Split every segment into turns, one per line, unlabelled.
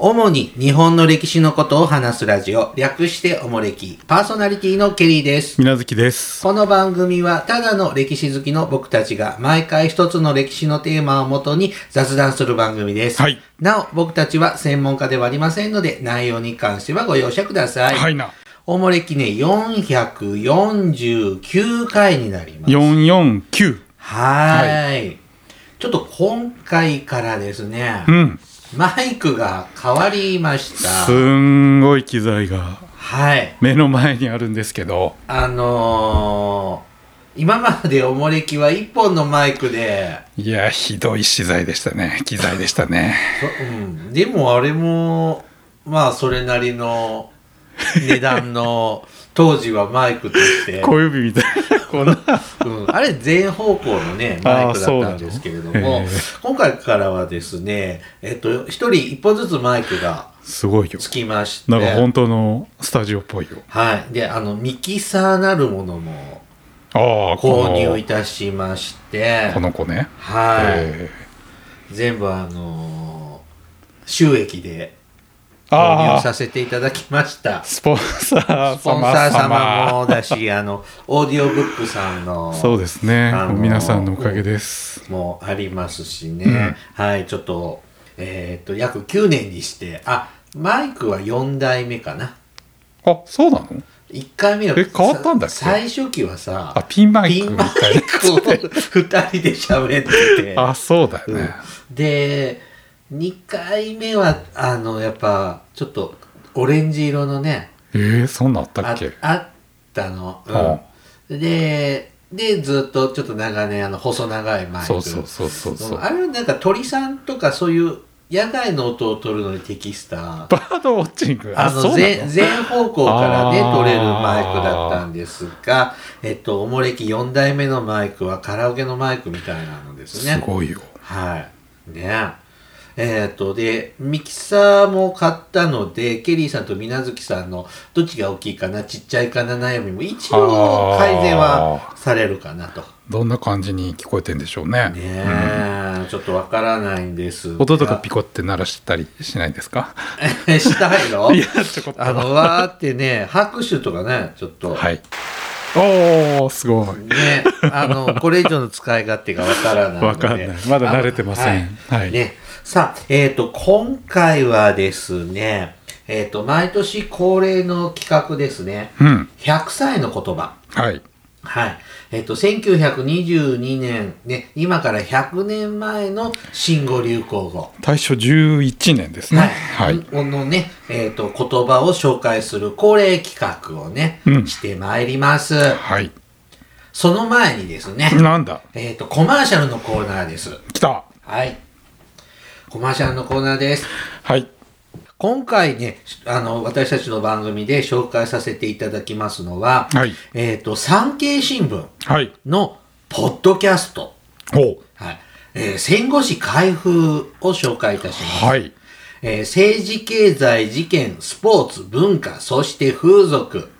主に日本の歴史のことを話すラジオ、略しておもれき、パーソナリティのケリーです。
みなずきです。
この番組はただの歴史好きの僕たちが毎回一つの歴史のテーマをもとに雑談する番組です。
はい
なお、僕たちは専門家ではありませんので、内容に関してはご容赦ください。
はいな。
おもれきね、449回になります。
449。
はーいちょっと今回からですね、
うん。
マイクが変わりました。
すんごい機材が
はい。
目の前にあるんですけど、
あのー、今までおもれきは1本のマイクで、
いや、ひどい資材でしたね。機材でしたね。
そうん、でもあれも、まあそれなりの値段の、 当時はマイクとして、
小指みたいな。この、
うん、あれ全方向のね、マイクだったんですけれど
あーそうな
も
のへえ、
今回からはですね、えっと、1人1本ずつマイクが、
すごいよ。
つきまして
なんか本当のスタジオっぽいよ。
はいであのミキサーなるものも
ああ、
購入い
こ
たしまして
の、この子ね。
はい
え
全部あのー収益で
ー
購入
ああ、
させていただきましたス
スポンサー様様。
ポンサー様もだしあ のオーディオブックさんの
そうですね
あのー。
皆さんのおかげです。
もありますしね、
うん
はいちょっとえーっと約9年にしてあマイクは4代目かな
あ、そうなの
1回目の
え変わったんだっけ
最初期はさ
あ、ピンマイ
ピ
ク
ン
み
マ
た
イ
いな。
クを2人で喋ってて。
あ、そうだよね。
うんで、2回目は、あの、やっぱ、ちょっと、オレンジ色のね、
えー、そんなんあった
あ
っけ
あったの、
は
うんで、で、ずっとちょっと長年、あの、細長いマイク。
そうそうそうそうそううん
あれはなんか鳥さんとかそういう野外の音を取るのに適した。
バードウォッチング
あ
そう
の
な
全全方向からね
あー
取れるマイクだったんですが、えっと、おもれき4代目のマイクはカラオケのマイクみたいなのですね。
すごいよ
はい。ねえっと、で、ミキサーも買ったので、ケリーさんと水無月さんのどっちが大きいかな、ちっちゃいかな悩みも一応改善はされるかなと。
どんな感じに聞こえてんでしょうね
ねえ、ちょっとわからないんです
うん
が。
音とかピコって鳴らしたりしないで すか
したいの
いやちょこっと
あの、わーってね、拍手とかね、ちょっと。
はいおーすごい
ね、あ の、これ以上の使い勝手がわからないので。
わかんないまだ慣れてません
あのはい
はい
ね。さあ、えっ、と、今回はですね、えっ、と、毎年恒例の企画ですね。
うん
100歳の言葉。
はい
はい。えっ、と、1922年、ね、今から100年前の新語・流行語。
大正11年ですね
はい。
はい、
このね、えっ、と、言葉を紹介する恒例企画をね、
うん
してまいります。
はい、
その前にですね、
なんだ
えっ、と、コマーシャルのコーナーです。
来た
はい。コマーシャルのコーナーです。
はい
今回ね、あの、私たちの番組で紹介させていただきますのは、
はい
えっ、と、産経新聞
はい
のポッドキャスト。
おう
はい。えー戦後史開封を紹介いたします。
はい
えー政治、経済、事件、スポーツ、文化、そして風俗。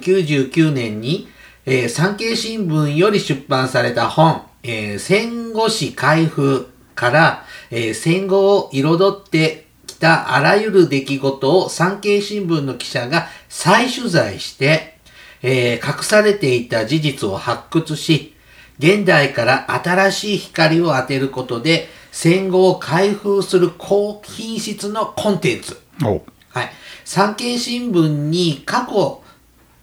1999年に、えー産経新聞より出版された本、えー戦後史開封から、えー戦後を彩ってきたあらゆる出来事を産経新聞の記者が再取材して、えー隠されていた事実を発掘し、現代から新しい光を当てることで戦後を開封する高品質のコンテンツ。
おう
はい。産経新聞に過去、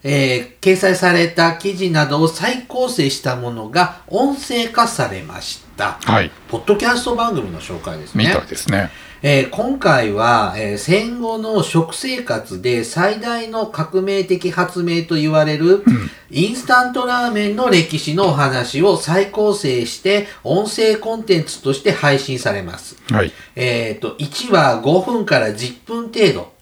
えー掲載された記事などを再構成したものが音声化されました。
はい
ポッドキャスト番組の紹介ですね。
みたいですね
えー今回は、えー戦後の食生活で最大の革命的発明と言われる、インスタントラーメンの歴史のお話を再構成して音声コンテンツとして配信されます。
はい
えっ、と、1話5分から10分程度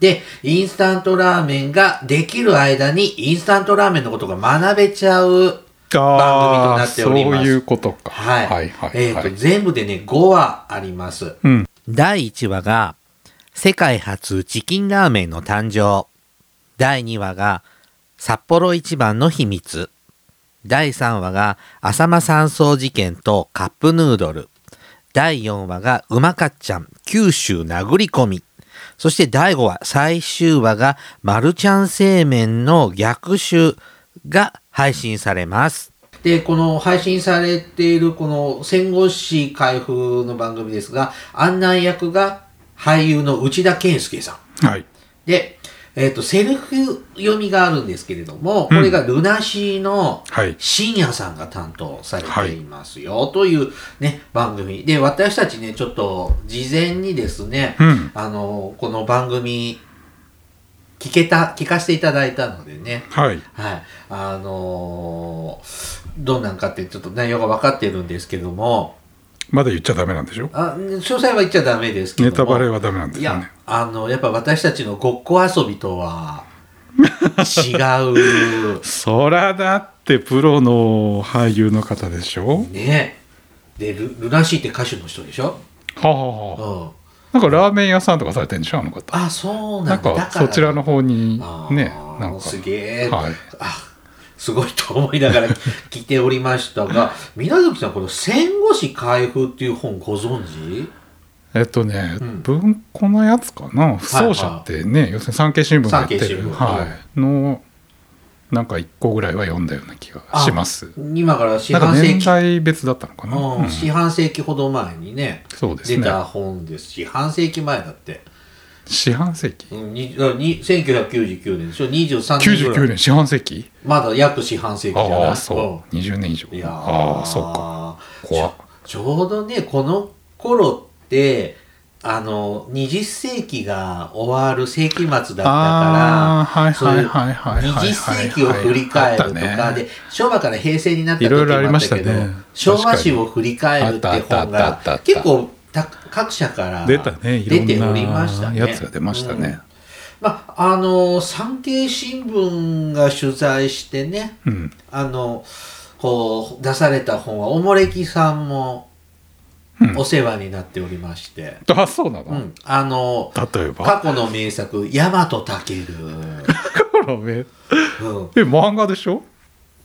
で、インスタントラーメンができる間にインスタントラーメンのことが学べちゃう番組となっております。
あーそういうことか
はい。
はいはい
えっ、
は
と、
い
全部でね、5話あります。
うん
第1話が、世界初チキンラーメンの誕生。第2話が、札幌一番の秘密。第3話が、浅間山荘事件とカップヌードル。第4話が「うまかっちゃん九州殴り込み」そして第5話最終話が「マルちゃん製麺の逆襲」が配信されます。で、この配信されているこの戦後史開封の番組ですが、案内役が俳優の内田健介さん。
はい。
で、えっ、と、セルフ読みがあるんですけれども、これがルナシーの
はい
深夜さんが担当されていますよ、というね、番組。で、私たちね、ちょっと事前にですね、
うん
あの、この番組、聞けた、聞かせていただいたのでね、
はい。
はい。あのーどうなんかってちょっと内容が分かってるんですけども、
まだ言っちゃダメなんでしょ
あ詳細は言っちゃダメですけど
ネ
も。
タバレはダメなん
い
ですよ
や
ね。、
あの、やっぱ私たちのごっこ遊びと は違う。
そらだってプロの俳優の方でしょ
ねで、ルルナシーって歌手の人でしょ
はあ
う
はあはあ
ん。
なんかラーメン屋さんとかされてるんでしょあの方。
あ、そうな
なん
んだ。だ
か
から
そちらの方に
あー
ね、なんか。
すげえ、
はい
あ、すごいと思いながら聞いておりました が、皆月さん、この戦後史開封っていう本ご存知
えっとね、
うん
文庫のやつかな不走者ってね、要するに産経新聞がやって
産経新
る、
聞
はい、のなんか1個ぐらいは読んだような気がします
今から四
なんか
半世
年
紀、
代別だったのかな、
う、
うんん
四半世紀ほど前にね、
そうです
出
ね
た本ですし、半世紀前だって。
四半世紀
うんにあに1999年でしょ23年ぐらい
99年四半世紀
まだ約四半世紀じゃない
ああそう20年以上
うんいやー
ああそうか怖っ
ちょちょうどねこの頃ってあの20世紀が終わる世紀末だったから
あーはい
そう
はいいうはいはいはい
20世紀を振り返ると
あ
か
ったね
で昭和から平成になった時
いろい
も
ろあり
あ
ま
っ
したた
け
ね
ど昭和史を振り返るって
確か
本
にあった
が
あったあったあった
結構た各社から
出たねいろ
出ておりました
んな
ね
やつが出まし
う
た
ん
ね
まあ、あの、産経新聞が取材してね、
うん
あの、こう、出された本は、おもれきさんも
うん
お世話になっておりまして、
あそうなの、
うん、あの、
例えば
過去の名作、大和健、
この 目え
うん、
漫画でしょ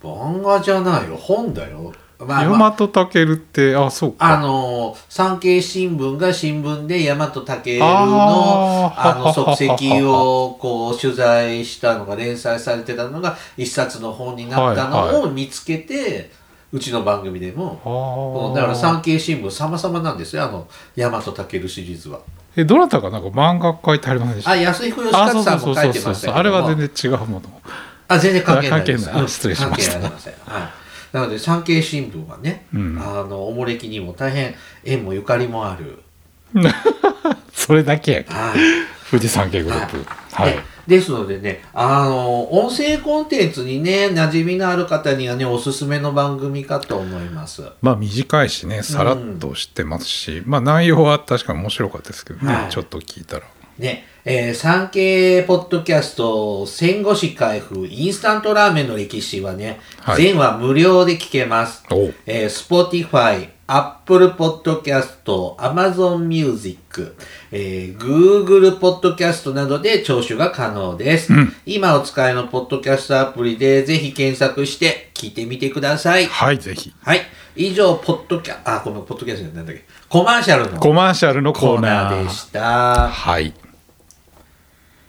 漫画じゃないよ、本だよ。まあ
大
まあ
和健ってあそう
あ
か
の、産経新聞が新聞で大和武の
あー
あの足跡をこう取材したのが連載されてたのが一冊の本になった
はい
の
は
を見つけて、うちの番組でも。
ああ
だから産経新聞様々なんですよ、あの、大和武シリーズは。
えどなたかなんか漫画書いてありませんでした
あ、安彦義和さんも書いてましたけども
あれは全然違うもの
あ、全然関係ないです。
あ関係ない
うん
失礼しました
関係ありません。はい。なので、産経新聞はね、
うん
あの、おもれきにも大変縁もゆかりもある。
それだけや
はい。
富士山系グループはい、
ねですのでね、あの、音声コンテンツにね、馴染みのある方にはね、おすすめの番組かと思います。は
まあ短いしねさらっとしてますし、まあ内容は確かに面白かったですけどね、
はい
ちょっと聞いたら
ね、えー産経ポッドキャスト、戦後史開封、インスタントラーメンの歴史はね、
はい
全話無料で聞けます。
おう
えー、Spotify、Apple Podcast、Amazon Music、えー、Google Podcast などで聴取が可能です。今お使いのポッドキャストアプリでぜひ検索して聞いてみてください。
はいぜひ
はい。以上、ポッドキャ、あ、このポッドキャストじゃないなんだっけ、コマーシャルの
コマーシャルの
コ
コ
ー
ー
ナ
ナー
ーでした。
はい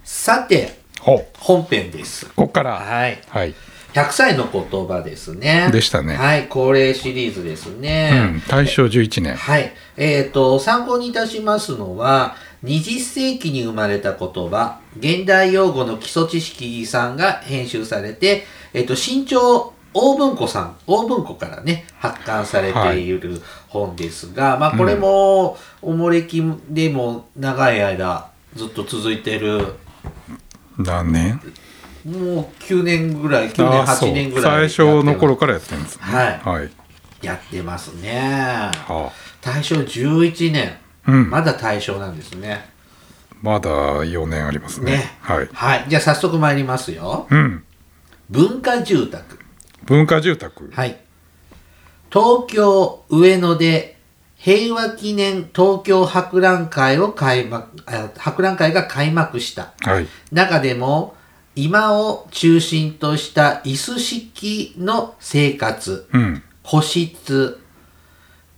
さて、
ほう
本編です。
こっから
はい。
はい
100歳の言葉ですね。
でしたね
はい、恒例シリーズですね。
うん、大正11年
はい。えっ、と、参考にいたしますのは、20世紀に生まれた言葉、現代用語の基礎知識さんが編集されて、えっ、と、新潮大文庫さん、大文庫からね、発刊されている本ですが、まあ、これも、おもれきでも長い間、ずっと続いてる、
何年
もう9年ぐらい、9年、
ああそう
8年ぐらいや
最
ってます。
初の頃からやってるんですね
はい
はい
やってますね。
あ
大正11年。
うん
まだ大正なんですね。
まだ4年ありますね
ね
はい
はい。じゃあ早速参りますよ。
うん
文化住宅。
文化住宅
はい。東京上野で平和記念東京博覧会を開幕、あ博覧会が開幕した。
はい
中でも、今を中心とした椅子式の生活、
うん
個室、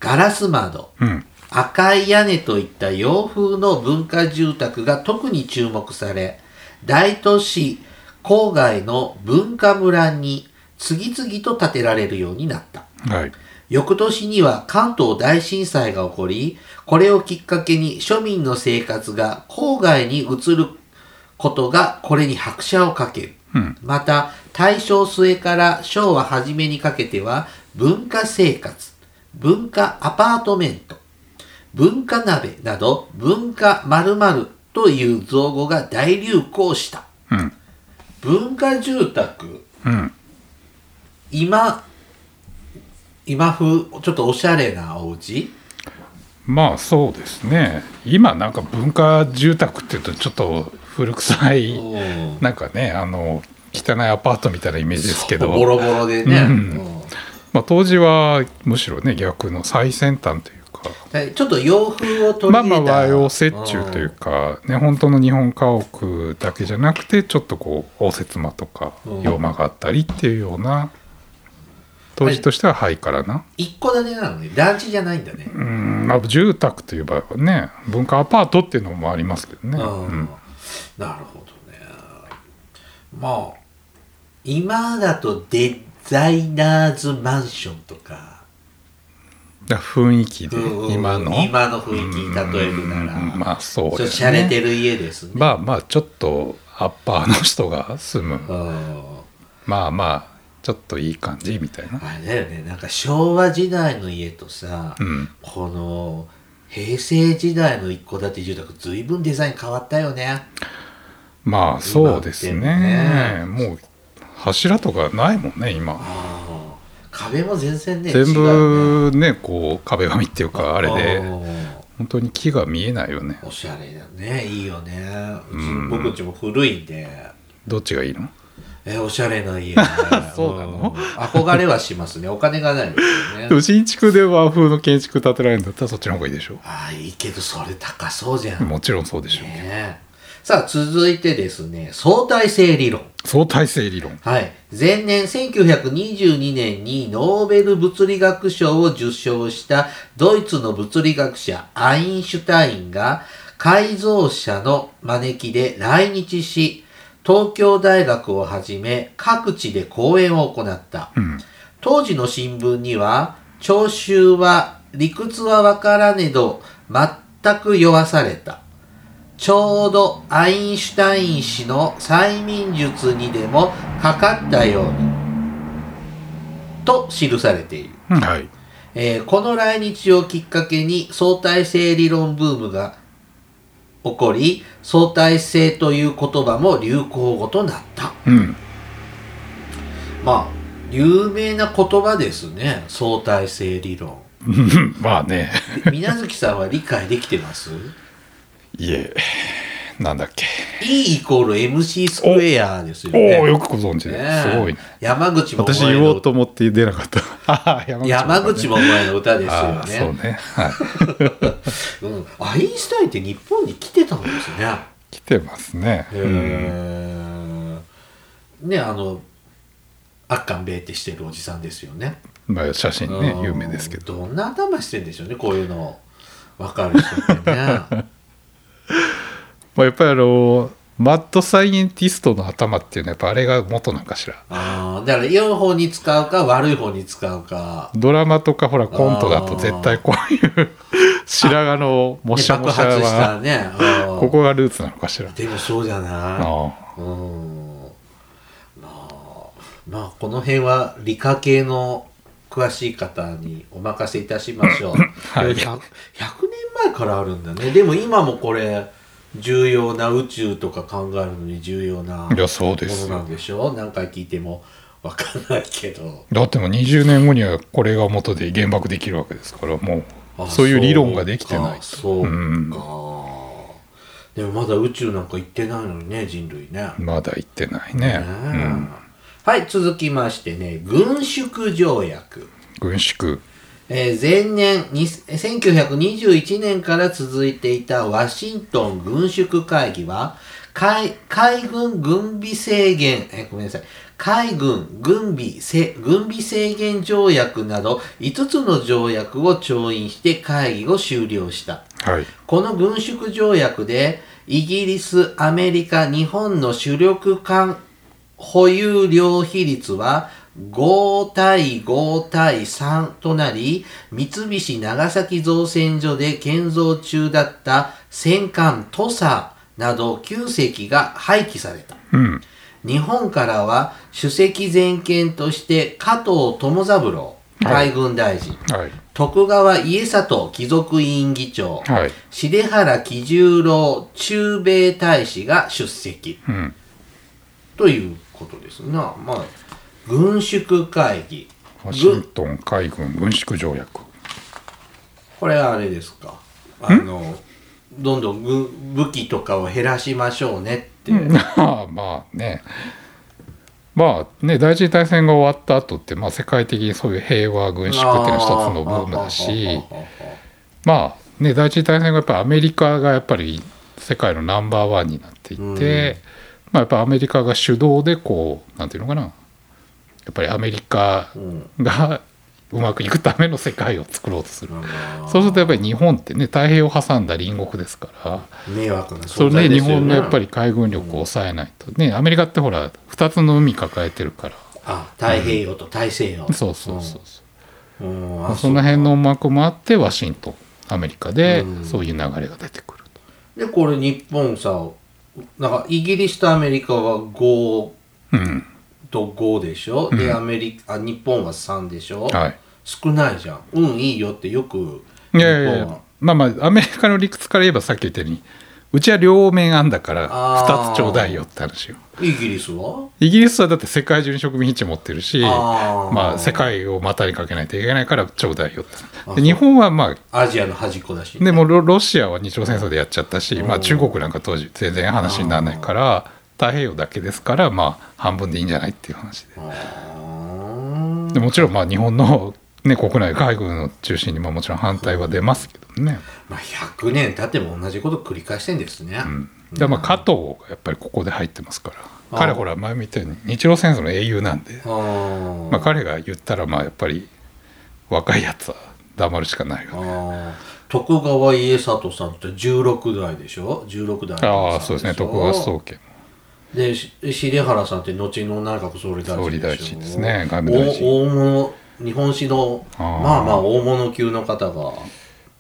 ガラス窓、
うん
赤い屋根といった洋風の文化住宅が特に注目され、大都市郊外の文化村に次々と建てられるようになった。
はい。
翌年には関東大震災が起こり、これをきっかけに庶民の生活が郊外に移ることがこれに拍車をかける。
うん。
また大正末から昭和初めにかけては文化生活文化アパートメント文化鍋など文化〇〇という造語が大流行した
うん。
文化住宅
うん。
今今風ちょっとおしゃれなお家
まあそうですね。今なんか文化住宅っていうとちょっと古臭い、
うん
なんかね、あの、汚いアパートみたいなイメージですけど。
ボロボロでね、
うん
うん
まあ、当時はむしろね逆の最先端というか
でちょっと洋風を取り
まあ
入れ
ま
た
あ和洋折衷というか、ね、本当の日本家屋だけじゃなくてちょっとこう応接間とか
うん
洋間があったりっていうような当時としてはハイカラな、
一戸建てなのね団地じゃないんだね
うんまあ、住宅という場合はね文化アパートっていうのもありますけど
う
ね、
ん
うん
なるほどねまあ今だとデザイナーズマンションとか、
だから雰囲気で
うんうん
今の
今の雰囲気に例えるなら、
うんまあそう
ちょっと
です
洒落て
ね
る家ですね、
まあまあちょっとアッパーの人が住む
うん
まあまあちょっといい感じみたいな。
あれだよねなんか昭和時代の家とさ、
うん、
この平成時代の一戸建て住宅随分デザイン変わったよね
まあそうですねもう柱とかないもんね今
あー壁も全然ね
全
違うね
部ねこう壁紙っていうかあれで
うん
本当に木が見えないよね
おしゃれだねいいよねうち
うん
僕んちも古いんで
どっちがいいの
えおしゃれな家
そうなの
ん憧れはしますねお金がないですよ
でも
ね
新築で和風の建築建てられるんだったらそっちの方がいいでしょ
ああいいけどそれ高そうじゃ
う
ね
んもちろんそうでしょう
えさあ続いてですね相対性理論
相対性理論
はい前年1922年にノーベル物理学賞を受賞したドイツの物理学者アインシュタインが改造者の招きで来日し東京大学をはじめ各地で講演を行った、
うん
当時の新聞には聴衆は理屈はわからねど全く酔わされたちょうどアインシュタイン氏の催眠術にでもかかったようにと記されている、
うんはい
えーこの来日をきっかけに相対性理論ブームが起こり相対性という言葉も流行語となった
うん
まあ有名な言葉ですね相対性理論
まあね
水無月さんは理解できてます
いえなんだっけ
E イコール MC スクエアですよね
おおよくご存知
ね
で
え
すごいね
山口も
私言おうと思って出なかった ああ
山口もお前の歌です
あ
よ
あそう
ね
ねはい
うん、アインシュタインって日本に来てたんですね
来てますね、
へえ、ねあのアッカンベーってしてるおじさんですよね
まあ、写真ね
うん
有名ですけど
どんな頭してんでしょうねこういうの分かる人って ね
まあ、やっぱりあのマッドサイエンティストの頭っていうのはやっぱあれが元なんかしら
ああ、だから、良い方に使うか、悪い方に使うか。
ドラマとかほらコントだと絶対こういう白髪のも
ね
しゃも
爆
しゃ
発した
は
ね。うん
ここがルーツなのかしら
でもそうじゃな
あ
いうん。まあ、まあ、この辺は理科系の詳しい方にお任せいたしましょう。
は
100
い
100年前からあるんだね。でも今もこれ、重要な宇宙とか考えるのに重要な
あ
も
いやそうです
のな
よ
んでしょう何回聞いてもわかんないけど。
だってもう20年後にはこれが元で原爆できるわけですからも
あ
うそういう理論ができてないと
そうかそうか、
うん
でもまだ宇宙なんか行ってないのにね人類ね
まだ言ってない
ね
ね、う
え
ん、
はい続きましてね軍縮条約、
軍縮
えー前年に1921年から続いていたワシントン軍縮会議は海海軍軍備制限、えごめんなさい、海軍軍備せ軍備制限条約など5つの条約を調印して会議を終了した。
はい。
この軍縮条約で、イギリス、アメリカ、日本の主力艦保有量比率は5対5対3となり、三菱長崎造船所で建造中だった戦艦土佐など9隻が廃棄された。
うん。
日本からは主席全権として加藤友三郎海軍大臣、
はい。
徳川家里貴族委員議長、
はい。
重原喜十郎駐米大使が出席
うん。
ということですな、まあ、軍縮会議
ワシン
ぐ
トン海軍軍縮条約。
これはあれですかあのどんどん軍武器とかを減らしましょうねって、
まあまあね。まあね、第一次大戦が終わった後って、まあ、世界的にそういう平和軍縮っていうのは一つのブームだし
あー
まあね第一次大戦がやっぱりアメリカがやっぱり世界のナンバーワンになっていて、
うん
まあ、やっぱアメリカが主導でこうなんていうのかなやっぱりアメリカ
うん
がうまくいくための世界を作ろうとする。
あー
そうするとやっぱり日本ってね太平洋を挟んだ隣国ですから
迷惑な
そ
存在
れね
で
日
すよね
本のやっぱり海軍力を抑えないとねアメリカってほら2つの海抱えてるか
あ太平洋と大西洋、
らそうそうそうそう
うん、うん
まあ
あ
その辺の思惑もあってワシントンアメリカで
うん
そういう流れが出てくると
でこれ日本さなんかイギリスとアメリカは5
うん
と5でしょ、で
うん
アメリカあ日本は3でしょ、
はい
少ないじゃん運いいよってよく
いやいやい
日本
や
は
まあまあアメリカの理屈から言えばさっき言ったようにうちは両面あんだから
あー
2つちょうだいよって話よ
イギリスは
イギリスはだって世界中に植民地持ってるし
あー
まあ世界を股にかけないといけないからちょうだいよって
あそ
で
う
日本はまあ
アジアの端っこだし、
でもロロシアは日朝戦争でやっちゃったし、ま
う
あ、
ん
中国なんか当時全然話にならないから太平洋だけですからまあ半分でいいんじゃないっていう話で
あー
でもちろんまあ日本の、ね、国内海軍を中心にももちろん反対は出ますけどね、
まあ100年経っても同じこと繰り返してんですね、
うん、でまあ加藤がやっぱりここで入ってますから彼
あー
ほら前みたいに日露戦争の英雄なんで、
あー
まあ、彼が言ったらまあやっぱり若いやつは黙るしかないよね
あー徳川家里さんって16代でしょ16代
ああそうですね徳川宗家も
でし重原さんって後の内閣総理大臣
総理大
しょ
臣ですね外務大臣
お大物日本史の
あー
まあまあ大物級の方が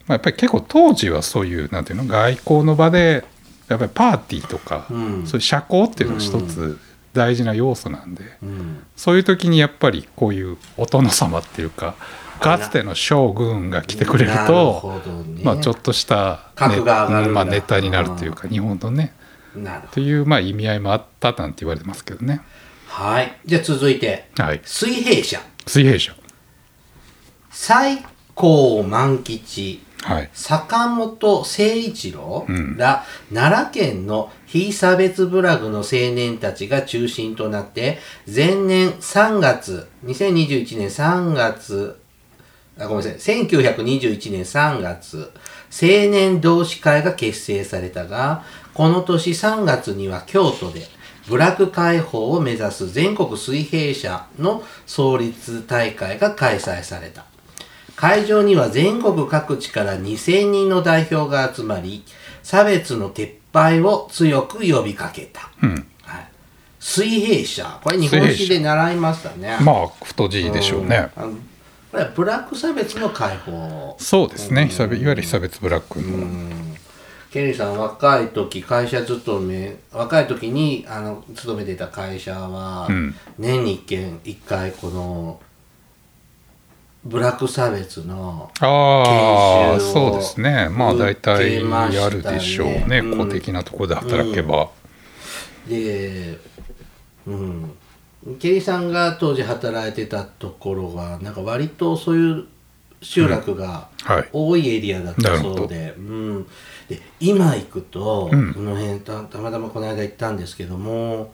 まあ、やっぱり結構当時はそういうなんていうの外交の場でやっぱりパーティーとか、
うん
そういう社交っていうのが一つ大事な要素なんで、
うん
そういう時にやっぱりこういうお殿様っていうかかつての将軍が来てくれる
な
と
ほどね
まあ、ちょっとした、
格が上がるんだ
まあ、ネタになるというか日本のね
なるほ
と
ど
いうまあ意味合いもあったなんて言われてますけどね。
はいじゃあ続いて
はい、
水平社
水平社、
最高万吉
はい
坂本誠一郎
うん
ら、奈良県の非差別部落の青年たちが中心となって、前年3月、2021年3月、あ、ごめんなさい、1921年3月、青年同志会が結成されたが、この年3月には京都で、部落解放を目指す全国水平社の創立大会が開催された。会場には全国各地から2000人の代表が集まり、差別の撤廃を強く呼びかけた。
うん、
はい、水平社。これ日本史で習いましたね。
まあ太字でしょうね。
うん。あのこれはブラック差別の解放。
そうですね久々いわゆる被差別ブラックの、
ケリーさん若い時会社勤め若い時にあの勤めてた会社は、
うん
年に1件1回このブラック差別の
ああ
研修を
そうですねまあ
受
大
け
体
ましたね
やるでしょうね
うん
公的なところで働けば、
でうんケリーさんが当時働いてたところはなんか割とそういう集落が
はい
多いエリアだったそうで,、うんで今行くと、
うん
この辺たたまたまこの間行ったんですけども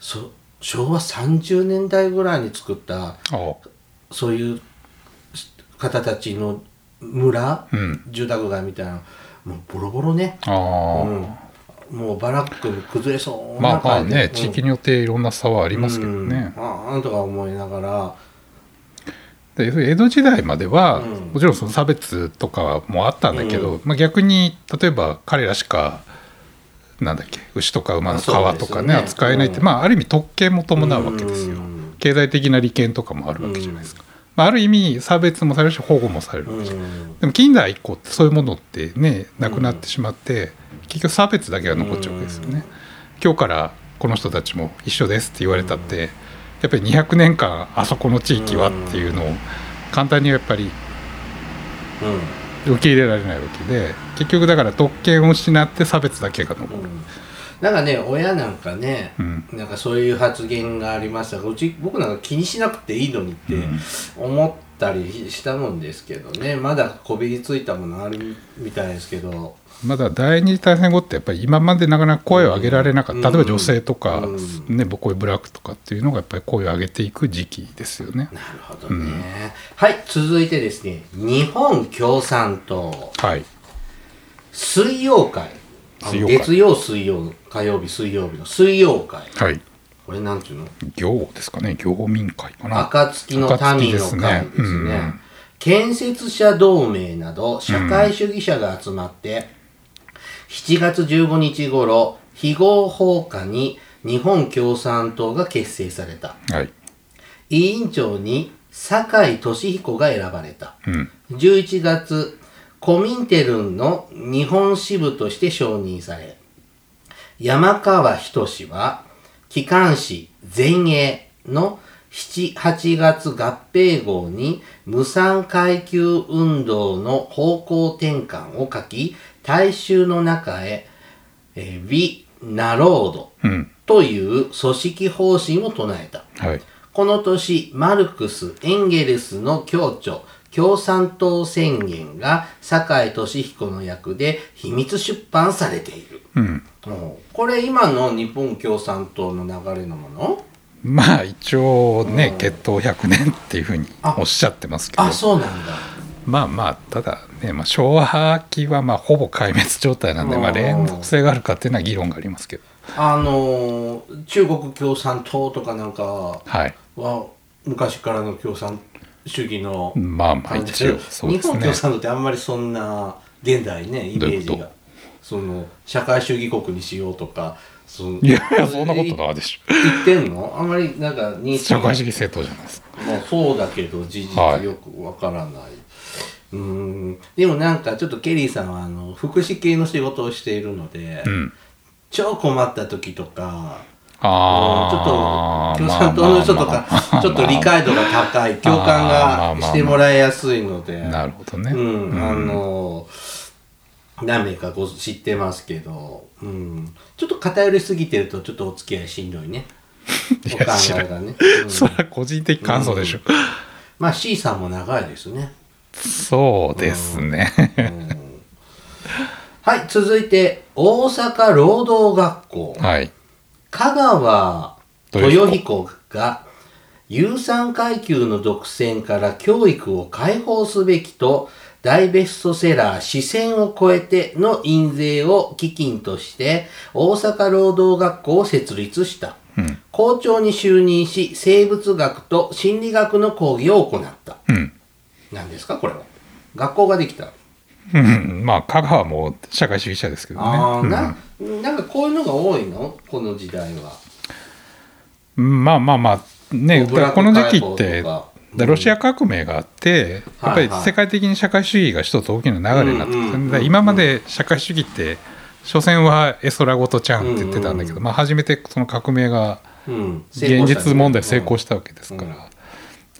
そ昭和30年代ぐらいに作った
あ
そういう方たちの村、
うん
住宅街みたいなのもうボロボロね
あー、
うんもうバラックに崩れそう
ま
な
あまあ
感じ
ね、地域によっていろんな差はあ
あ
りますけどね。
ああとか思いながら
で江戸時代までは、
うん
もちろんその差別とかもあったんだけど、
う
まあ、逆に例えば彼らしかなんだっけ牛とか馬の皮とかね
そうですね
扱えないって、
うん
まあ、ある意味特権も伴うわけですよ、
うん
経済的な利権とかもあるわけじゃないですか、まあ、ある意味差別もされるし保護もされる
う
わけじゃない、
ん
でも近代以降ってそういうものってねなくなってしまって、結局差別だけが残っちゃうわけですよね、今日からこの人たちも一緒ですって言われたって、やっぱり200年間あそこの地域はっていうのを簡単にやっぱり
うん
受け入れられないわけで結局だから特権を失って差別だけが残る、
うんなんかね親なんかね、
うん
なんかそういう発言がありましたがうち僕なんか気にしなくていいのにって
うん
思ったりしたもんですけどねまだこびりついたものあるみたいですけど
まだ第二次大戦後ってやっぱり今までなかなか声を上げられなかった、
うん
例えば女性とか、
う
ね、僕こういうブラックとかっていうのがやっぱり声を上げていく時期ですよね。
なるほどね、はい続いてですね日本共産党
はい、
水曜会あの
水曜会
月曜水曜火曜日水曜日の水曜会
はい
これなんていうの
行ですかね行民会かな
暁の民の会
暁
ですね
うん
建設者同盟など社会主義者が集まって、7月15日頃非合法化に日本共産党が結成された
はい
委員長に酒井俊彦が選ばれた
うん
11月コミンテルンの日本支部として承認され山川仁は機関紙前衛の7 8月合併号に無産階級運動の方向転換を書き大衆の中へ「えー、We なろうど
うん」
という組織方針を唱えた。
はい
この年、マルクス、エンゲルスの教著、共産党宣言が酒井俊彦の役で秘密出版されている。
うん
もうこれ今の日本共産党の流れのもの
まあ一応ね決闘100年っていうふうにおっしゃってますけど
あ、そうなんだ。
まあまあただね、まあ、昭和期はまあほぼ壊滅状態なんで、まあ、
うん
連続性があるかっていうのは議論がありますけど
あのー中国共産党とかなんか
はい
は昔からの共産主義の
まあまあ
感じ
一応そう
日
です
本共
ね
産党ってあんまりそんな現代ねイメ
どうい
ー
う
ジ
こと
がその社会主義国にしようとかその
いやいやそんなことないでしょ
言ってんのあんまりなんか認識
社
が
会主義政党じゃないですか
まあそうだけど事
は
実
い
よくわからない、うーんでもなんかちょっとケリーさんはあの福祉系の仕事をしているので、
うん
超困った時とか
ああ
ちょっと共産党の人とか、ちょっと理解度が高い共感
まあまあ
が
まあ
してもらいやすいので、
なるほどね
うん、
うん
あの何名かご知ってますけど、うん、ちょっと偏りすぎてるとちょっとお付き合いしんどいねお
い
考
や知ら
え
ん
がね、うん
それは個人的感想でしょ、
まあ C さんも長いです ね、
そうですね、
うんはい続いて大阪労働学校
はい
香川豊
豊
彦が有産階級の独占から教育を解放すべきと大ベストセラー視線を超えての印税を基金として大阪労働学校を設立した。
うん
校長に就任し生物学と心理学の講義を行った。
うん
何ですかこれは。学校ができた。
うんまあ香川も社会主義者ですけどね
ああ、
うん
な、なんかこういうのが多いのこの時代は。
うんまあまあまあねだ
ブラッ
から
ク
この時期っ
解
て
放とか
だロシア革命があって、やっぱ
はい
り
はい
世界的に社会主義が一つ大きな流れになってきた、
うんうんうん
だから今まで社会主義って所詮は絵空事ちゃんって言ってたんだけど、
うんうん
まあ、初めてその革命が
うん。
現実問題成功
し
したわけですから、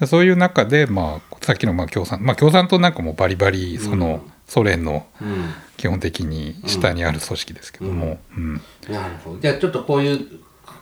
う
そういう中で、まあ、さっきのまあ共産、まあ、共産党なんかもバリバリその、
うん
ソ連の
たね。うん
基本的に下にある組織ですけども、うん
なるほど。じゃあちょっとこういう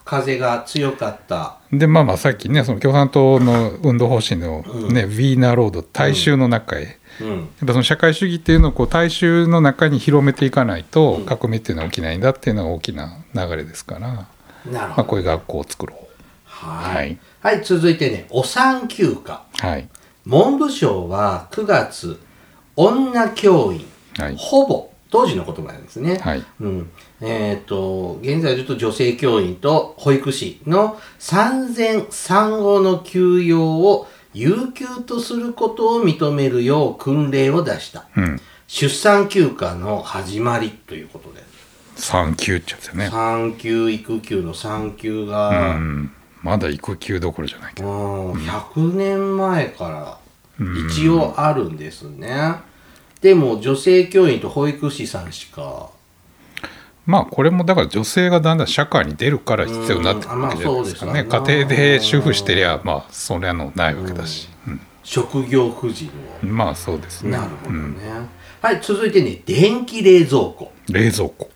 風が強かった。
でまあまあさっきねその共産党の運動方針の、ねウィーナーロード大衆の中へ、やっ
うん。
ぱその社会主義っていうのをこう大衆の中に広めていかないと革命っていうのは起きないんだっていうのが大きな流れですから、ま
なるほど。
あ、こういう学校を作ろ
は
はいい。
はい、続いてね、お産休暇。
うはい
文部省は9月、女教員、
はい
ほぼ当時の言葉なんですね。
はい
うん。えっ、と、現在で言うと女性教員と保育士の産前産後の休養を有給とすることを認めるよう訓令を出した。
うん
出産休暇の始まりということで。
産休ってやつだよね
産休、育休の産休
う
が、
んまだ育休どころじゃないけど
もう100年前から一応あるんですね。でも女性教員と保育士さんしか
まあこれもだから女性がだんだん社会に出るから必要になってくるわけじゃないですかね、
うんまあそうですよ
家庭で主婦してりゃまあそりゃのないわけだし、
職業婦人
うんまあそうです
を。
ね
なるほど
うん
ね。はい、続いてね、電気冷蔵庫。
冷蔵庫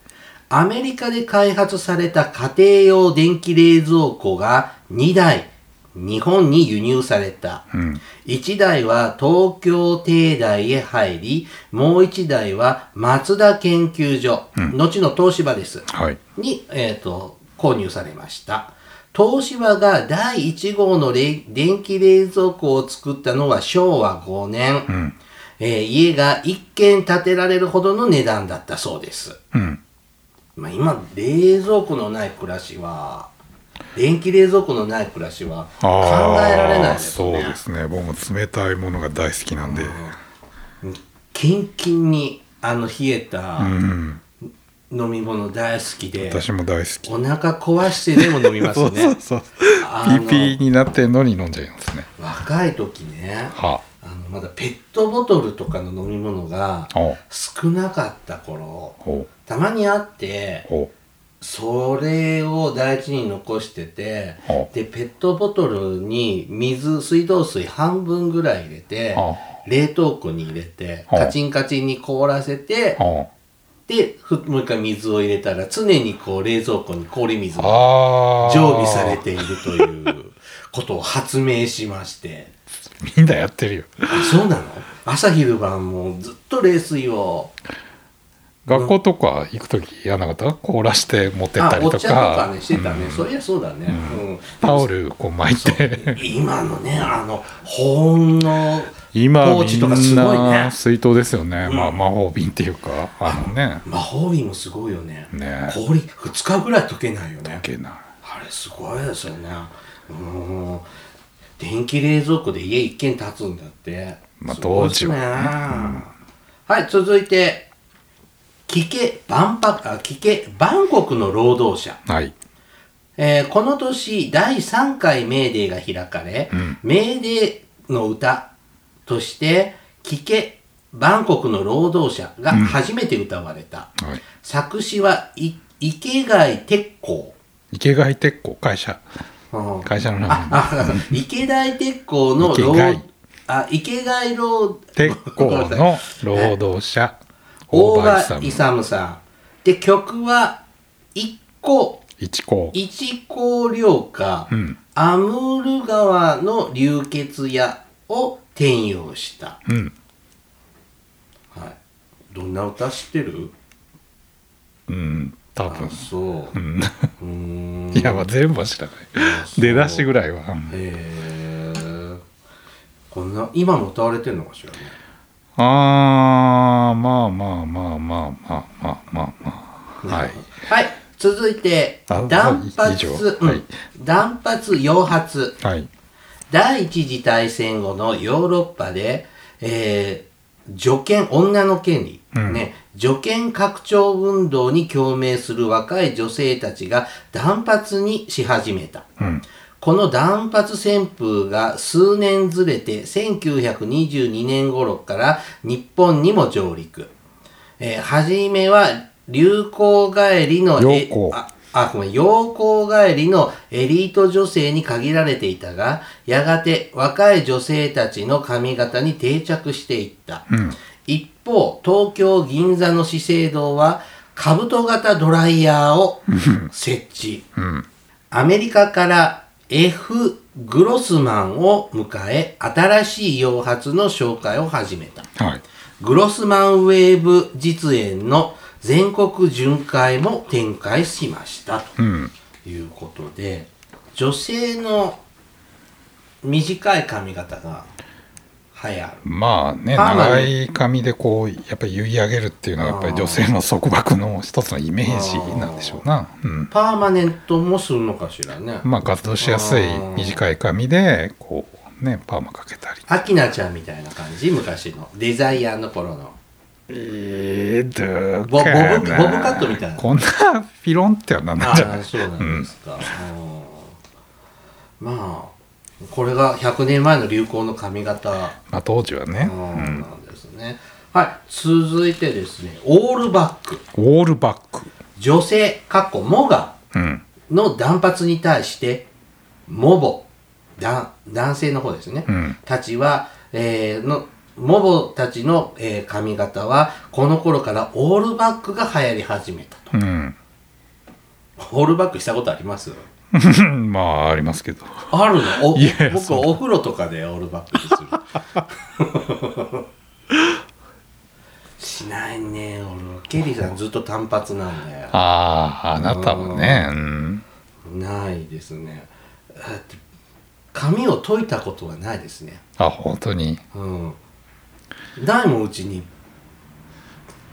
アメリカで開発された家庭用電気冷蔵庫が2台、日本に輸入された。
うん
1台は東京帝大へ入り、もう1台は松田研究所、後の東芝です。
はい
に、えー、と購入されました東芝が第1号の冷電気冷蔵庫を作ったのは昭和5年、
ん
えー家が1軒建てられるほどの値段だったそうです、
うん
まあ、今冷蔵庫のない暮らしは電気冷蔵庫のない暮らしは考えられないです
あー
ね
そうですね僕も冷たいものが大好きなんで
キンキンにあの冷えた
うん
飲み物大好きで、
私も大好き
お腹壊してでも飲みます
そうそう
ね
そう
あの
ピーピーになってんのに飲んじゃいますね
若い時ね
は
あのまだペットボトルとかの飲み物が
あおう
少なかった頃
おう
たまにあって
おう
それを大事に残してて
はあ
でペットボトルに水水道水半分ぐらい入れて
は
冷凍庫に入れて
は
カ
あ
チンカチンに凍らせて
おう
でふもう一回水を入れたら常にこう冷蔵庫に氷水が
ああ
常備されているということを発明しまして。
みんなやってるよ
あそうなの朝昼晩もうずっと冷水を
学校とか行く時やらなかった凍らして持ってっ
あ
たり
お
とか
茶とかねしてたね、そりゃそうだね、うん
タオルこう巻いて
今のねあの保温の
今
ポー
み
チとかす
ん
ごいね
な水筒ですよね、まあ魔法瓶っていうかあのね
魔法瓶もすごいよね
ね
氷2日ぐらい溶けないよね
いけない
あれすごいですよねうん電気冷蔵庫で家一軒建つんだって
まあ
すごいっすねはい続いてキケ万博あキケバンコクの労働者
はい
えーこの年第3回メーデーが開かれ、メーデーの歌として「聞けバンコクの労働者」が初めて歌われた、
はい
作詞はい池貝鉄工
池貝鉄工会社
うん
会社の名前
ああ そう池貝鉄工の
池貝
あ池貝労
鉄工の労働者
大
大
場
場
勇
勇
さんで曲は一個
一高
一光涼か、
うん
アムール川の流血屋を転用した、
うん
はい、どんな歌知ってる
うん多
あ
分
そううんうーん
いやまあ全部は知らない出だしぐらいはうん
へえこんな今も歌われてるのかしらね
あーまあまあまあまあまあまあまあまあはい
はい続いて
あ
断
はい
髪
以上
うん
はい
断髪洋髪
はい
第一次大戦後のヨーロッパで、えー、女権、女の権利、
うん
ね、女権拡張運動に共鳴する若い女性たちが断髪にし始めた。
うん
この断髪旋風が数年ずれて1922年頃から日本にも上陸。えー、はじめは流行帰りのえ
陽光
ああ、ごめん、陽光帰りのエリート女性に限られていたが、やがて若い女性たちの髪型に定着していった。
うん
一方、東京銀座の資生堂は、兜型ドライヤーを設置。
うん
アメリカから F ・グロスマンを迎え、新しい洋髪の紹介を始めた。
はい
グロスマンウェーブ実演の全国巡回も展開しました
うん
ということで、女性の短い髪型が流行る。
まあね
パーマ
長
で
い髪でこうやっぱり結い上げるっていうのはやっぱり女性の束縛の一つのイメージなんでしょうな。うん
パーマネントもするのかしらね。
まあ活動しやすい短い髪でこうねパーマかけたり。
アキナちゃんみたいな感じ昔の。デザイアンの頃の。
えー、
ボボブボブカットみたいな
こんなピロンってはなんなんじゃ
あ
な
あ
い
そうなんですか、うんまあこれが100年前の流行の髪型、
まあ当時は
う
ね、
んなんですねはい続いてですねオールバック
オールバック。
女性かっこモガ
うん。
の断髪に対してモボだ男性の方ですね、
うん
たちは、えーのモボたちの、えー髪型はこの頃からオールバックが流行り始めたと
うん。
オールバックしたことあります
まあありますけど。
あるのお
いや
僕
そんな
お風呂とかでオールバックするしないね俺ケリーさんずっと単発なんだよ
あああなたはね、うん、
ないですねだって髪を解いたことはないですね
あ本当に
うんないもんうちに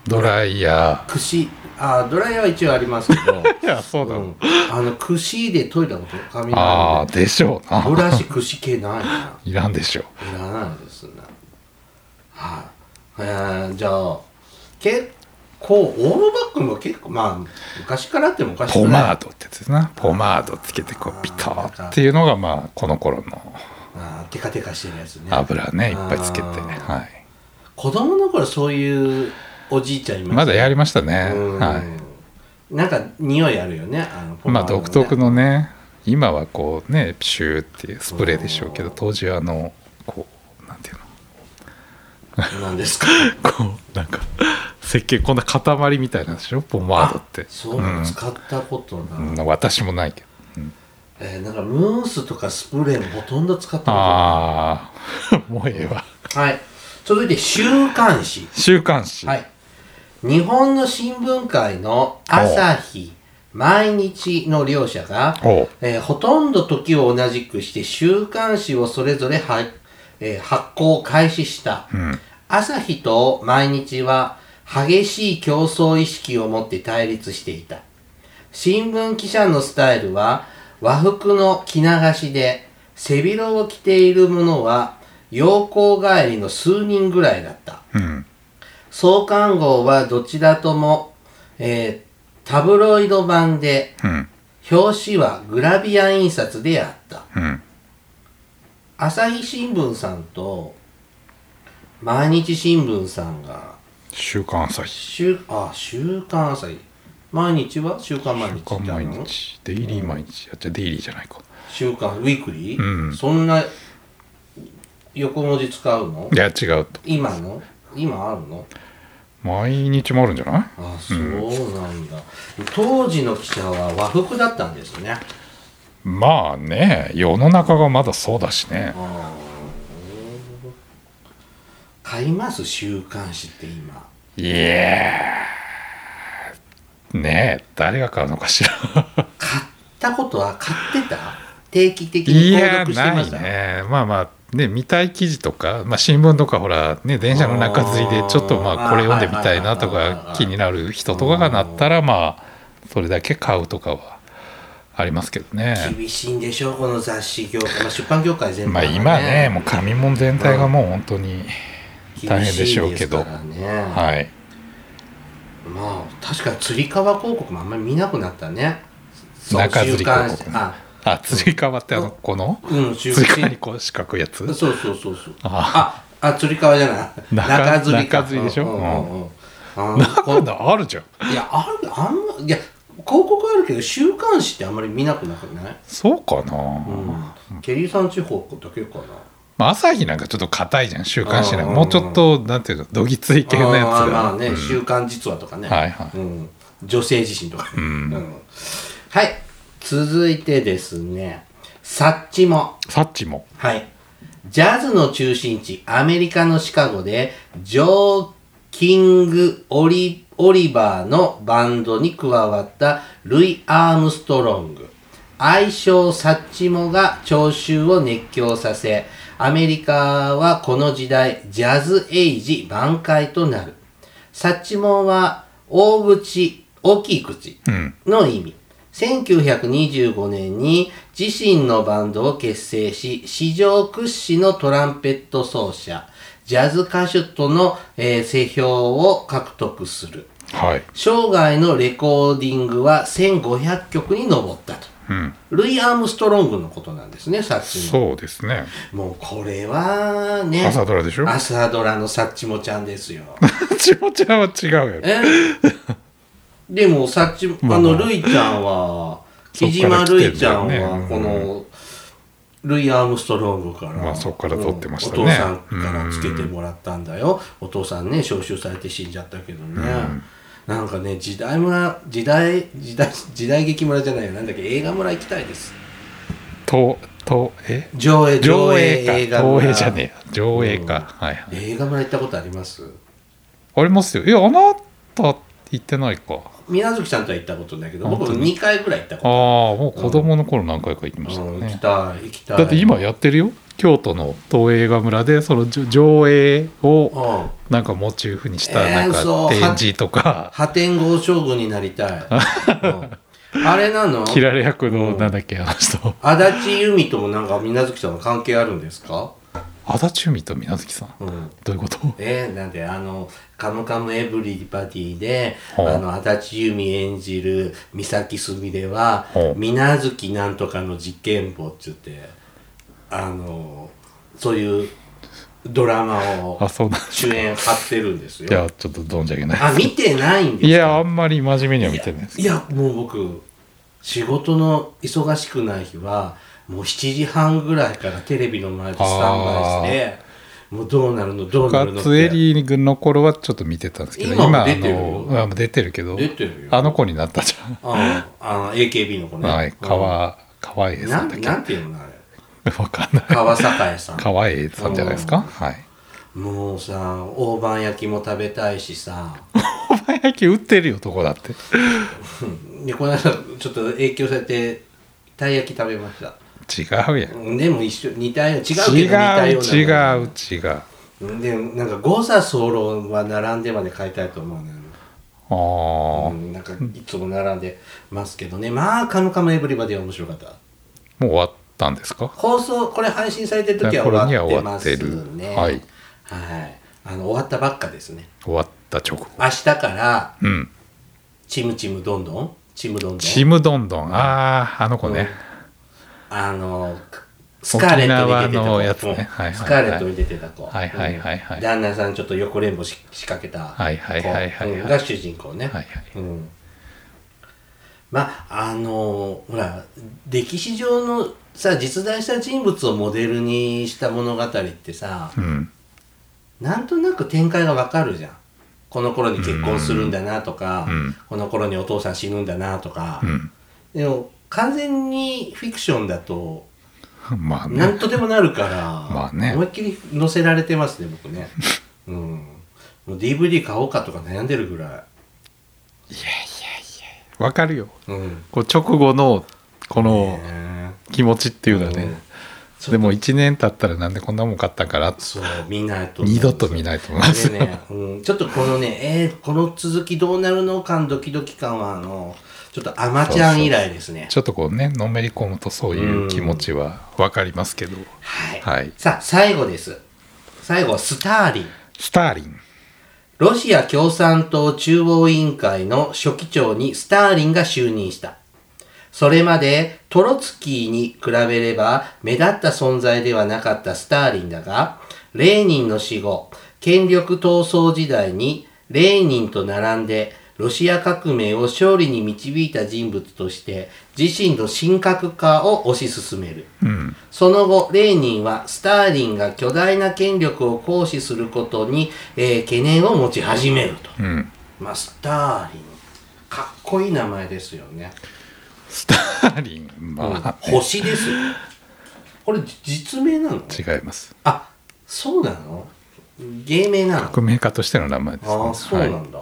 ドライヤ
櫛あドライヤーは一応ありますけ ど、
ー。いやそうだ。
うん、あの櫛で解いたこと髪な
あ
いん
あ
で
でしょう
ブ
な。
ラシ櫛系ないない
らんでしょう。
いらないですね。はい、えーじゃあ、結構、オールバックも結構、まあ、昔からあってもおかしく
ポ
ない。
マードってやつですな。ポマードつけてこうピターっていうのがまあこの頃の
あーテカテカしてるやつね。
油ねいっぱいつけて
あー
はい。
子供の頃、そういうおじいちゃんいました
まだやりましたね。
うん
は
なんか、匂いあるよね。あの
い。まあ独特
のね。
のね今はこうねピシューっていうスプレーでしょうけど当時はあのこうなんていうの
なんですか。
こうなんか石鹸こんな塊みたいなんでしょポマードって
あそう、使ったことな
う
い、
んうん、私もないけど、うん
えーなんか、ムースとかスプレーもほとんど使ったことな
ああ もうええわ
い。はい。続いて、週刊誌。
週刊誌、
はい。日本の新聞界の朝日、毎日の両者が、
おう
えーほとんど時を同じくして週刊誌をそれぞれは、えー発行を開始した。
ん
朝日と毎日は激しい競争意識を持って対立していた。新聞記者のスタイルは和服の着流しで背広を着ている者は洋行帰りの数人ぐらいだった。
うん、
創刊号はどちらとも、えータブロイド版で、
うん
表紙はグラビア印刷であった。
うん
朝日新聞さんと、毎日新聞さんが、
週刊朝日
週、あ、週刊朝日。毎日は週刊毎日
週
ってあ
刊
る
毎
の
日デイリー毎日あじゃあデイリーじゃないか
週刊ウィークリー、
うん
そんな、横文字使うの
いや違うと
今の今あるの
毎日もあるんじゃない
あ、そうなんだ。当時の記者は和服だったんですね。
まあね世の中がまだそうだしね
買います週刊誌って今
いやーねえ誰が買うのかしら
買ったことは買ってた定期的
い
に購
や
読して
な
ま
い
した
ねまあまあね見たい記事とか、まあ、新聞とかほらね電車の中吊りでちょっとまあこれ読んでみたいなと
あーはいはいはいは
か
い
気になる人とかがなったらまあそれだけ買うとかはありますけどね
厳しいんでしょうこの雑誌業界、まあ、出版業界全般
まあ
が
今ねもう紙物全体がもう本当に大変でしょうけど
厳しいですからね
はい
まあ確かにつり革広告もあんまり見なくなったねそう
中吊り
週刊
広
誌
告ね
あ
あつり革ってあのこの
うん週
つり革
刊
にこう四角いやつ
そうそうそうそう
あ
ああつり革じゃない
中
吊りか
中吊りでしょ
うんうんうんあの
中のあるじゃん
いやあるあんまいや広告あるけど週刊誌ってあんまり見なくなくない、
そうかな、
うん、ケリーさん地方だけかな
まあ、朝日なんかちょっと硬いじゃん週刊誌
う
なん
んうん
か
うん
もうちょっとなんていうのどぎつい系のやつ
あーま
が、
あね、週刊実話とかね、
はいはい
うん、女性自身とか、うんはい続いてですねサッチも
サッチも
はいジャズの中心地アメリカのシカゴでジョー・キング・オリオリバーのバンドに加わったルイ・アームストロング愛称サッチモが聴衆を熱狂させアメリカはこの時代、ジャズエイジ挽回となる。サッチモンは、大口、大きい口
うん
の意味。1925年に自身のバンドを結成し、史上屈指のトランペット奏者、ジャズ歌手との、えー、世評を獲得する。
はい
生涯のレコーディングは1500曲に上ったと。
うん
ルイ・アームストロングのことなんですね、サッチモン。
そうですね
もうこれはね、
朝ドラでしょ
朝ドラのサッチモちゃんですよ。
ちもちゃんは違うよね
えでもサッチモ、
ま
あ
あまあ
の、ルイちゃんは、木
そっ
島
から来
ル
て
イ
ん
ち
だ
ゃん
よね
は、この、ルイ・アームストロングから、
まあそっから取ってましたね
お父さんからつけてもらったんだよ。お父さんね、召集されて死んじゃったけどね。なんかね、時代村、時代、時代、時代劇村じゃないよ。なんだっけ、映画村行きたいです。
ととえ
上映、
上映か
映画村
東映じゃねえや上映か、はいはい
映画村行ったことあります
ありますよいやあなた行ってないか
宮崎さんとは行ったことないけど僕
本当に
2回ぐらい行った
ああ
こ
もう子供の頃何回か行きま
と
し
あ
た
る、うん行き
ね、
たい行きたい
だって今やってるよ京都の東映画村でそのじょ上映
う
を
ん
なんかモチーフにした
えー
なん
そう
か展示とか、
破天荒将軍になりたい、うんあれなの
キラレ役の
うん
なんだっけあの人
足立由美ともなんか水月さんの関係あるんですか、
足立由美と水月さん
うん、
どういうこと
えーなんであの「カムカムエブリバディで」
はあ
あの足立由美演じる三崎すみれは
はあ
水月なんとかの実験簿っつってあのそういうドラマを
あそうなん
主演張ってるんです
い
よ
やちょっと存じ上げない
あ見てないんですか
いやあんまり真面目には見てないです
いやもう僕仕事の忙しくない日はもう7時半ぐらいからテレビの前でスタンバイしてもうどうなるのどうなるの
ガ
って
ッツエリーの頃はちょっと見てたんですけど
今も
あ
出てるよ
のあもう出てるけど
出てるよ
あの子になったじゃん
あのあの AKB の子ね。
はい、かわ、かわえ
うん
さ
なんん
だっけ
なんていうのあれ。
わかんない。
川栄さ
か
ん。
わえさんじゃないですかはい。
もうさ、大判焼きも食べたいしさ。
お前焼き売ってるよ、とこだって。
で、この間ちょっと影響されて、たい焼き食べました。
違うやん。
うんでも一緒、似たよう、違うけど
違
似たよ
う、
うな。
違う、違う。
うん。で、なんか、ゴザソロは並んでまで買いたいと思うね。う
あーも
ん、なんか、いつも並んでますけどね。まあ、カムカムエブリバディは面白かった。
う終わったんですか
放送これ配信されてる時は
頃に
終
は終
わ
わ
っ
ってて
ま
る
すね
はい
はいあの終わったばっかですね
終わった直後。
明日から
うん。
ちむちむどんどんちむどんど
ち
ん
むどんどん。ああ、あの子ね。
あのスカーレットに出てた
沖
子
縄のやつね
うん
はいはいはい
スカーレットに出てた子
はいはいはいはい
うん旦那さんちょっと横連帽し仕掛けた子
はいはいはいはいはい
うんが主人公ね
はいはい
うんまああのほら歴史上のさ実在した人物をモデルにした物語ってさ、
うん。
なんとなく展開がわかるじゃん。この頃に結婚するんだなとか、
うん
この頃にお父さん死ぬんだなとか、
うん。
でも完全にフィクションだと
まあね
何。とでもなるから、
まあね
思いっきり載せられてますね僕 ね、うん、もう DVD 買おうかとか悩んでるぐら
わかるよ。
い、うん
こう直後の、この
ね
気持ちっていうのは
う
ね
ん。そう
でも1年経ったらなんでこんなもん買ったから
そう見ないと
二度と見ないと思います
でね、うん、ちょっとこのね、えーこの続きどうなるの感ドキドキ感はあのちょっとアマちゃん以来ですね
ちょっとこうねのめり込むとそういう気持ちはわかりますけど、
はい、
はい
さあ最後です最後はスターリン
スターリン
ロシア共産党中央委員会の書記長にスターリンが就任したそれまでトロツキーに比べれば目立った存在ではなかったスターリンだがレーニンの死後権力闘争時代にレーニンと並んでロシア革命を勝利に導いた人物として自身の神格化を推し進める
うん
その後、レーニンはスターリンが巨大な権力を行使することに、えー懸念を持ち始めると。
うん
まあ、スターリン。かっこいい名前ですよね。
スターリンまあ、
星です よ。これ、じ実名なの
違います
あ、そうなの芸名なの
革命家としての名前ですね
ああ、そうな
はい
んだ。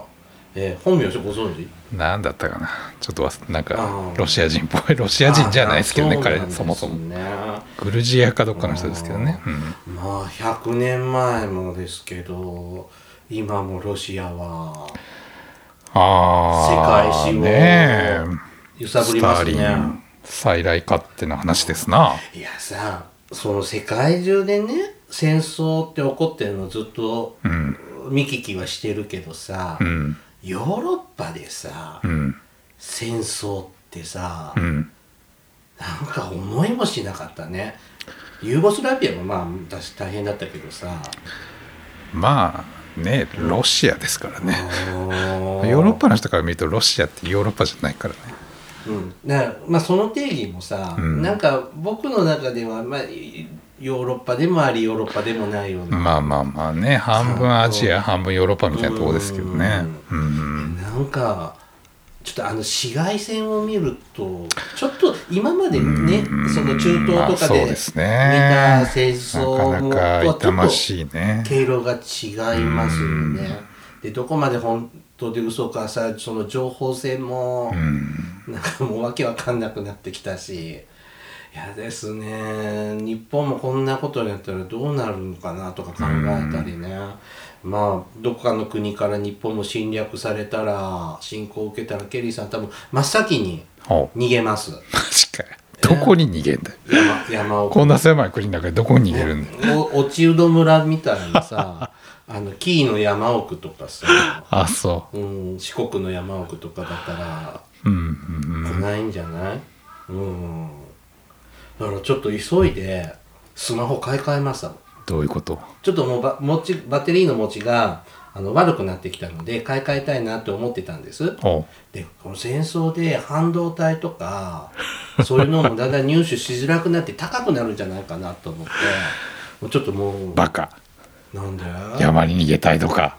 えー本名ご存知
なんだったかなちょっと忘れなん
あ
か
ー
ロシア人っぽいロシア人じゃないですけどね
あー
彼
うなんです
そもそも
ね
グルジアかどっかの人ですけどね、うん
まあ100年前もですけど今もロシアは
ああ
世界史を
ねえ
揺さぶ
ス
り
タ
ます
ーリ
ね
ン再来かっての話ですない
やさその世界中でね戦争って起こってるのずっと
うん
見聞きはしてるけどさ、
うん
ヨーロッパでさ、
うん
戦争ってさ、
うん
なんか思いもしなかったねユーゴスラビアもまあ私大変だったけどさ
まあねロシアですから ね
ヨ
ヨーロッパの人から見るとロシアってヨーロッパじゃないからね
うん、だからまあその定義もさ、
うん
なんか僕の中では、まあ、いヨーロッパでもありヨーロッパでもないような、
まあまあまあね半分アジア半分ヨーロッパみたいなとこですけどねうん
なんかちょっとあの紫外線を見るとちょっと今までね、
うん
その中東と
まあ
か
そう
で
です
見た
ね
戦争も
なかなか痛
とは
ま
ちょっ
しいね
と経路が違いますよね
う。
でどこまで本当で嘘かさその情報戦も、
うん
なんかもうわけわかんなくなってきたし、いやですね、日本もこんなことになったらどうなるのかなとか考えたりね、まあ、どこかの国から日本も侵略されたら、侵攻を受けたら、ケリーさん多分真っ先に
ほう
逃げます。
マジかよどこに逃げんだよ
山山奥
こんな狭い国の中でどこに逃げるんだよ
お落ちうど村みたいなさ、あの、紀伊の山奥とかさ、
あそ
うん、四国の山奥とかだったら、
ううんうん
来
うん
ないんじゃないうんだからちょっと急いでスマホ買い替えました
どういうこと
ちょっともうバ持ちバッテリーの持ちがあの悪くなってきたので買い替えたいなって思ってたんです
ほ
でこの戦争で半導体とかそういうのもだんだん入手しづらくなって高くなるんじゃないかなと思ってもうちょっとも
う
う
バカ
なんでだ
山に逃げたいとか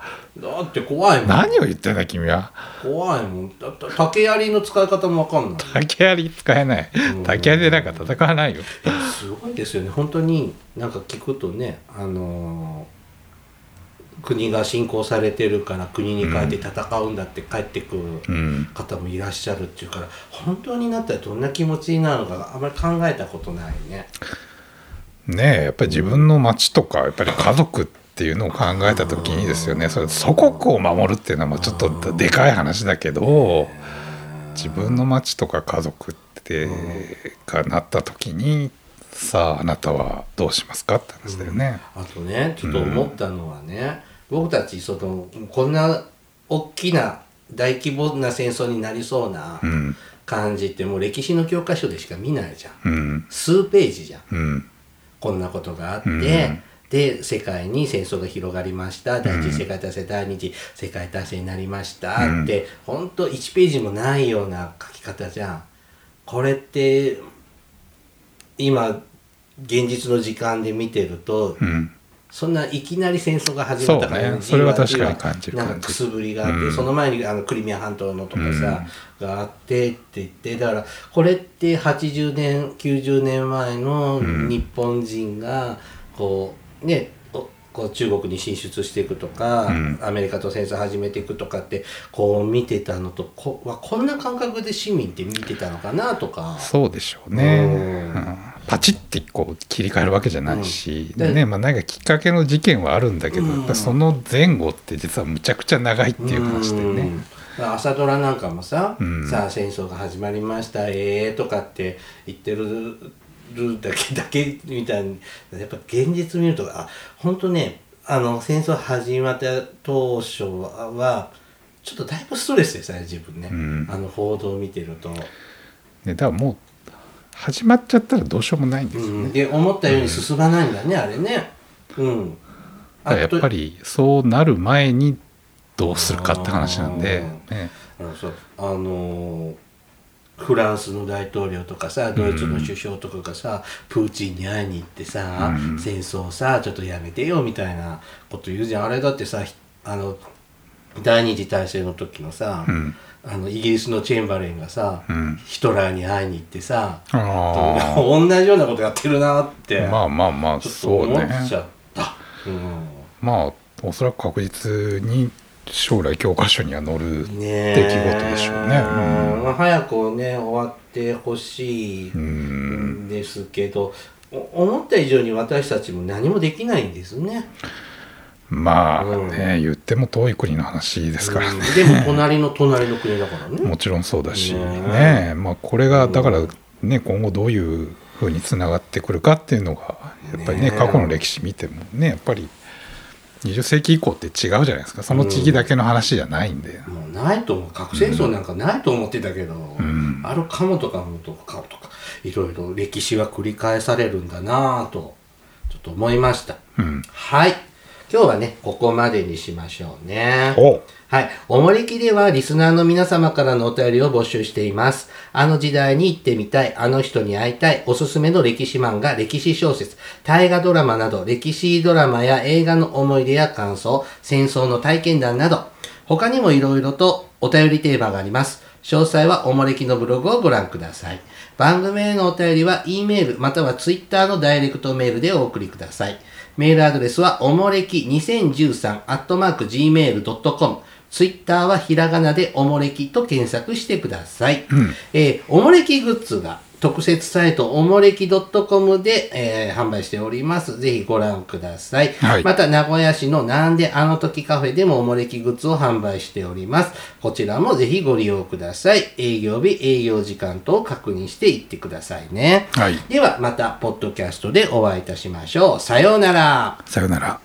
って怖いもん
何を言ってんだ君は
怖いもんだって竹槍の使い方もわかんない
竹槍使えない
ん
竹槍でなんか戦わないよ
すごいですよね本当になんか聞くとねあのー国が侵攻されてるから国に帰って戦うんだって帰ってく
う
る
ん
方もいらっしゃるっていうから本当になったらどんな気持ちになるのかあまり考えたことないね
ねえやっぱり自分の町とかやっぱり家族っていうのを考えた時にですよねそれ祖国を守るっていうのはもうちょっとでかい話だけど自分の町とか家族ってがなった時にさああなたはどうしますかって話だよね。
あとねちょっと思ったのはね、僕たちそのこんな大きな大規模な戦争になりそうな
うん
感じってもう歴史の教科書でしか見ないじゃん
うん
数ページじゃん
うん
こんなことがあって、
うん
で世界に戦争が広がりました第一次世界大戦第二次世界大戦になりました、
うん
ってほんと1ページもないような書き方じゃん。これって今現実の時間で見てると、
うん
そんないきなり戦争が始まったから
そうねそれは確かに感じる
なん
感
か
じ
くすぶりがあって、
うん
その前にあのクリミア半島のとかさ、があってって言ってだからこれって80年90年前の
ん
日本人がこうねおこう中国に進出していくとか、
うん
アメリカと戦争始めていくとかってこう見てたのとこわこんな感覚で市民って見てたのかなとか。
そうでしょうね、
うん
うんパチッてこう切り替えるわけじゃないし、
うん
ねまあ、なんかきっかけの事件はあるんだけど、
うん
やっぱその前後って実はむちゃくちゃ長いっていう話だよ
う
ね。
ん朝ドラなんかもさ、
うん
さあ戦争が始まりました、ええとかって言ってるるだけだけみたいに、やっぱ現実見ると、あ、本当ね、あの戦争始まった当初は、ちょっとだいぶストレスでしたね、自分ね。
うん
あの報道を見てると。
ねだからもう始まっちゃったらどうしようもないんで
う
すよね。
ん、で、思ったように進まないんだね、あれね。うん。
だからやっぱりそうなる前にどうするかって話なんで、ね、
あのそうあのーフランスの大統領とかさドイツの首相とかがさ、プーチンに会いに行ってさ、
うん
戦争さちょっとやめてよみたいなこと言うじゃんあれだってさひあの第二次大戦の時のさ、
うん
あのイギリスのチェンバレンがさ、
うん
ヒトラーに会いに行ってさ
あ
同じようなことやってるなって、
あまあまあまあ
ちょっ
そ
と
う
思
ね
っちゃった。うん
まあおそらく確実に将来教科書には載る
ね
出来事でしょうねうん
まあ、早くね終わってほしい
うん
んですけど、お思った以上に私たちも何もできないんですね。
まあ
うん
ね言っても遠い国の話ですからね、
うんでも隣の隣の国だからね。
もちろんそうだし
ね
ねまあこれがだからね今後どういうふうにつながってくるかっていうのがやっぱりね
ね
過去の歴史見てもねやっぱり20世紀以降って違うじゃないですかその地域だけの話じゃないんで、
もうないと思う核戦争なんかないと思ってたけど、
ん
あるかもとかもとかもとかいろいろ歴史は繰り返されるんだなぁとちょっと思いました
うん、
はい今日はねここまでにしましょうね
お
はい。おもれきではリスナーの皆様からのお便りを募集しています。あの時代に行ってみたい、あの人に会いたい、おすすめの歴史漫画、歴史小説、大河ドラマなど、歴史ドラマや映画の思い出や感想、戦争の体験談など、他にもいろいろとお便りテーマがあります。詳細はおもれきのブログをご覧ください。番組へのお便りは E メールまたは Twitter のダイレクトメールでお送りください。メールアドレスはおもれき 2013-gmail.com ツイッターはひらがなでおもれきと検索してください。えーおもれきグッズが特設サイトおもれき .com で、えー販売しております。ぜひご覧ください。
はい
また名古屋市のなんであの時カフェでもおもれきグッズを販売しております。こちらもぜひご利用ください。営業日、営業時間等を確認していってくださいね。
はい
ではまたポッドキャストでお会いいたしましょう。さようなら。
さよなら